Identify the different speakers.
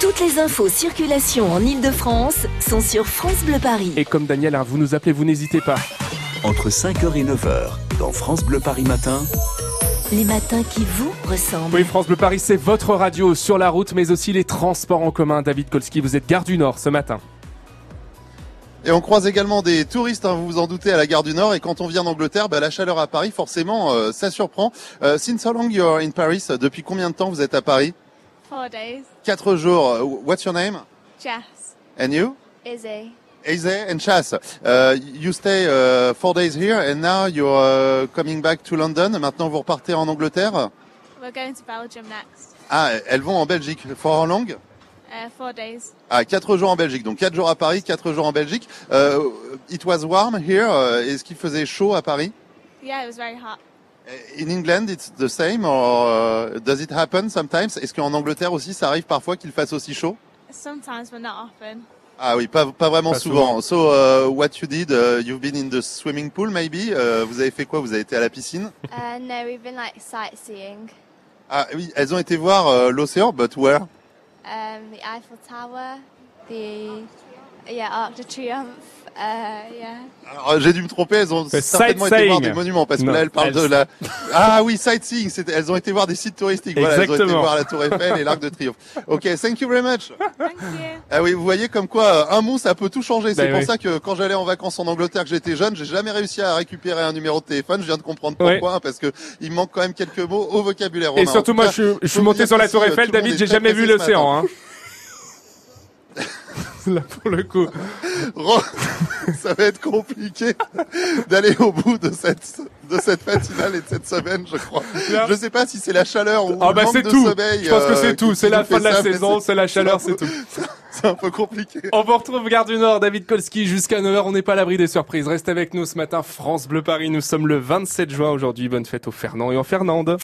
Speaker 1: Toutes les infos circulation en Ile-de-France sont sur France Bleu Paris.
Speaker 2: Et comme Daniel, hein, vous nous appelez, vous n'hésitez pas.
Speaker 3: Entre 5h et 9h, dans France Bleu Paris Matin,
Speaker 1: Les matins qui vous ressemblent.
Speaker 2: Oui, France Bleu Paris, c'est votre radio sur la route, mais aussi les transports en commun. David Kolski, vous êtes gare du Nord ce matin.
Speaker 4: Et on croise également des touristes, hein, vous vous en doutez, à la gare du Nord. Et quand on vient d'Angleterre, bah, la chaleur à Paris, forcément, euh, ça surprend. Euh, since how long you're in Paris Depuis combien de temps vous êtes à Paris
Speaker 5: Four days.
Speaker 4: Quatre jours. euh, What's your name
Speaker 5: Jess.
Speaker 4: And you
Speaker 5: Izzy.
Speaker 4: Eze and Chas. Uh, you stay uh, four days here and now you're uh, coming back to London. Maintenant, vous repartez en Angleterre.
Speaker 5: We're going to Belgium next.
Speaker 4: Ah, elles vont en Belgique. For how long
Speaker 5: Uh, four days.
Speaker 4: Ah, quatre jours en Belgique. Donc quatre jours à Paris, quatre jours en Belgique. Euh, it was warm here. Euh, Est-ce qu'il faisait chaud à Paris
Speaker 5: Yeah, it was very hot.
Speaker 4: In England, it's the same or euh, does it happen sometimes Est-ce qu'en Angleterre aussi, ça arrive parfois qu'il fasse aussi chaud
Speaker 5: Sometimes, but not often.
Speaker 4: Ah oui, pas, pas vraiment
Speaker 2: Pas
Speaker 4: souvent. So, euh, what you did, euh, you've been in the swimming pool maybe Euh, Vous avez fait quoi Vous avez été à la piscine
Speaker 6: Uh, no, we've been like sightseeing.
Speaker 4: Ah oui, elles ont été voir euh, l'océan, but where
Speaker 6: Um, the Eiffel Tower, the yeah Arc de Triomphe. Uh, yeah.
Speaker 4: Alors, euh, j'ai dû me tromper, elles ont
Speaker 2: C'est
Speaker 4: certainement été voir
Speaker 2: sightseeing.
Speaker 4: des monuments, parce que
Speaker 2: Non,
Speaker 4: là, elles parlent de
Speaker 2: elles-
Speaker 4: la... Ah oui, sightseeing, c'était- elles ont été voir des sites touristiques, voilà, elles ont été
Speaker 2: Exactement.
Speaker 4: voir la Tour Eiffel et l'Arc de Triomphe. Ok, thank you very much
Speaker 5: Thank you.
Speaker 4: Ah oui, vous voyez comme quoi, euh, un mot, ça peut tout changer. C'est
Speaker 2: Ben
Speaker 4: pour
Speaker 2: oui.
Speaker 4: ça que quand j'allais en vacances en Angleterre, que j'étais jeune, j'ai jamais réussi à récupérer un numéro de téléphone, je viens de comprendre
Speaker 2: Ouais.
Speaker 4: pourquoi, hein, parce que il manque quand même quelques mots au vocabulaire
Speaker 2: Et
Speaker 4: romain.
Speaker 2: surtout,
Speaker 4: Oh, En tout
Speaker 2: moi,
Speaker 4: cas,
Speaker 2: je, suis- je
Speaker 4: peux
Speaker 2: suis
Speaker 4: vous
Speaker 2: monté
Speaker 4: dire
Speaker 2: sur la
Speaker 4: qu'ici,
Speaker 2: Tour
Speaker 4: euh, tout
Speaker 2: Eiffel,
Speaker 4: le monde
Speaker 2: David,
Speaker 4: est
Speaker 2: j'ai
Speaker 4: très
Speaker 2: jamais vu
Speaker 4: précis ce matin.
Speaker 2: l'océan. Hein. Là, pour le coup.
Speaker 4: Ro- ça va être compliqué d'aller au bout de cette de cette matinale et de cette semaine, je crois.
Speaker 2: Là-
Speaker 4: Je sais pas si c'est la chaleur ou
Speaker 2: Ah
Speaker 4: le
Speaker 2: bah
Speaker 4: manque
Speaker 2: c'est
Speaker 4: de
Speaker 2: tout.
Speaker 4: sommeil.
Speaker 2: Je pense que
Speaker 4: euh,
Speaker 2: c'est tout.
Speaker 4: qui-
Speaker 2: C'est
Speaker 4: qui
Speaker 2: la
Speaker 4: nous
Speaker 2: fin
Speaker 4: fait
Speaker 2: de la
Speaker 4: ça, mais
Speaker 2: saison, c'est la chaleur,
Speaker 4: c'est un
Speaker 2: c'est
Speaker 4: peu-
Speaker 2: tout.
Speaker 4: C'est un peu compliqué.
Speaker 2: On vous retrouve Gare du Nord, David Kolski, jusqu'à 9h. On n'est pas à l'abri des surprises. Reste avec nous ce matin, France Bleu Paris. Nous sommes le 27 juin aujourd'hui. Bonne fête aux Fernand et aux Fernandes.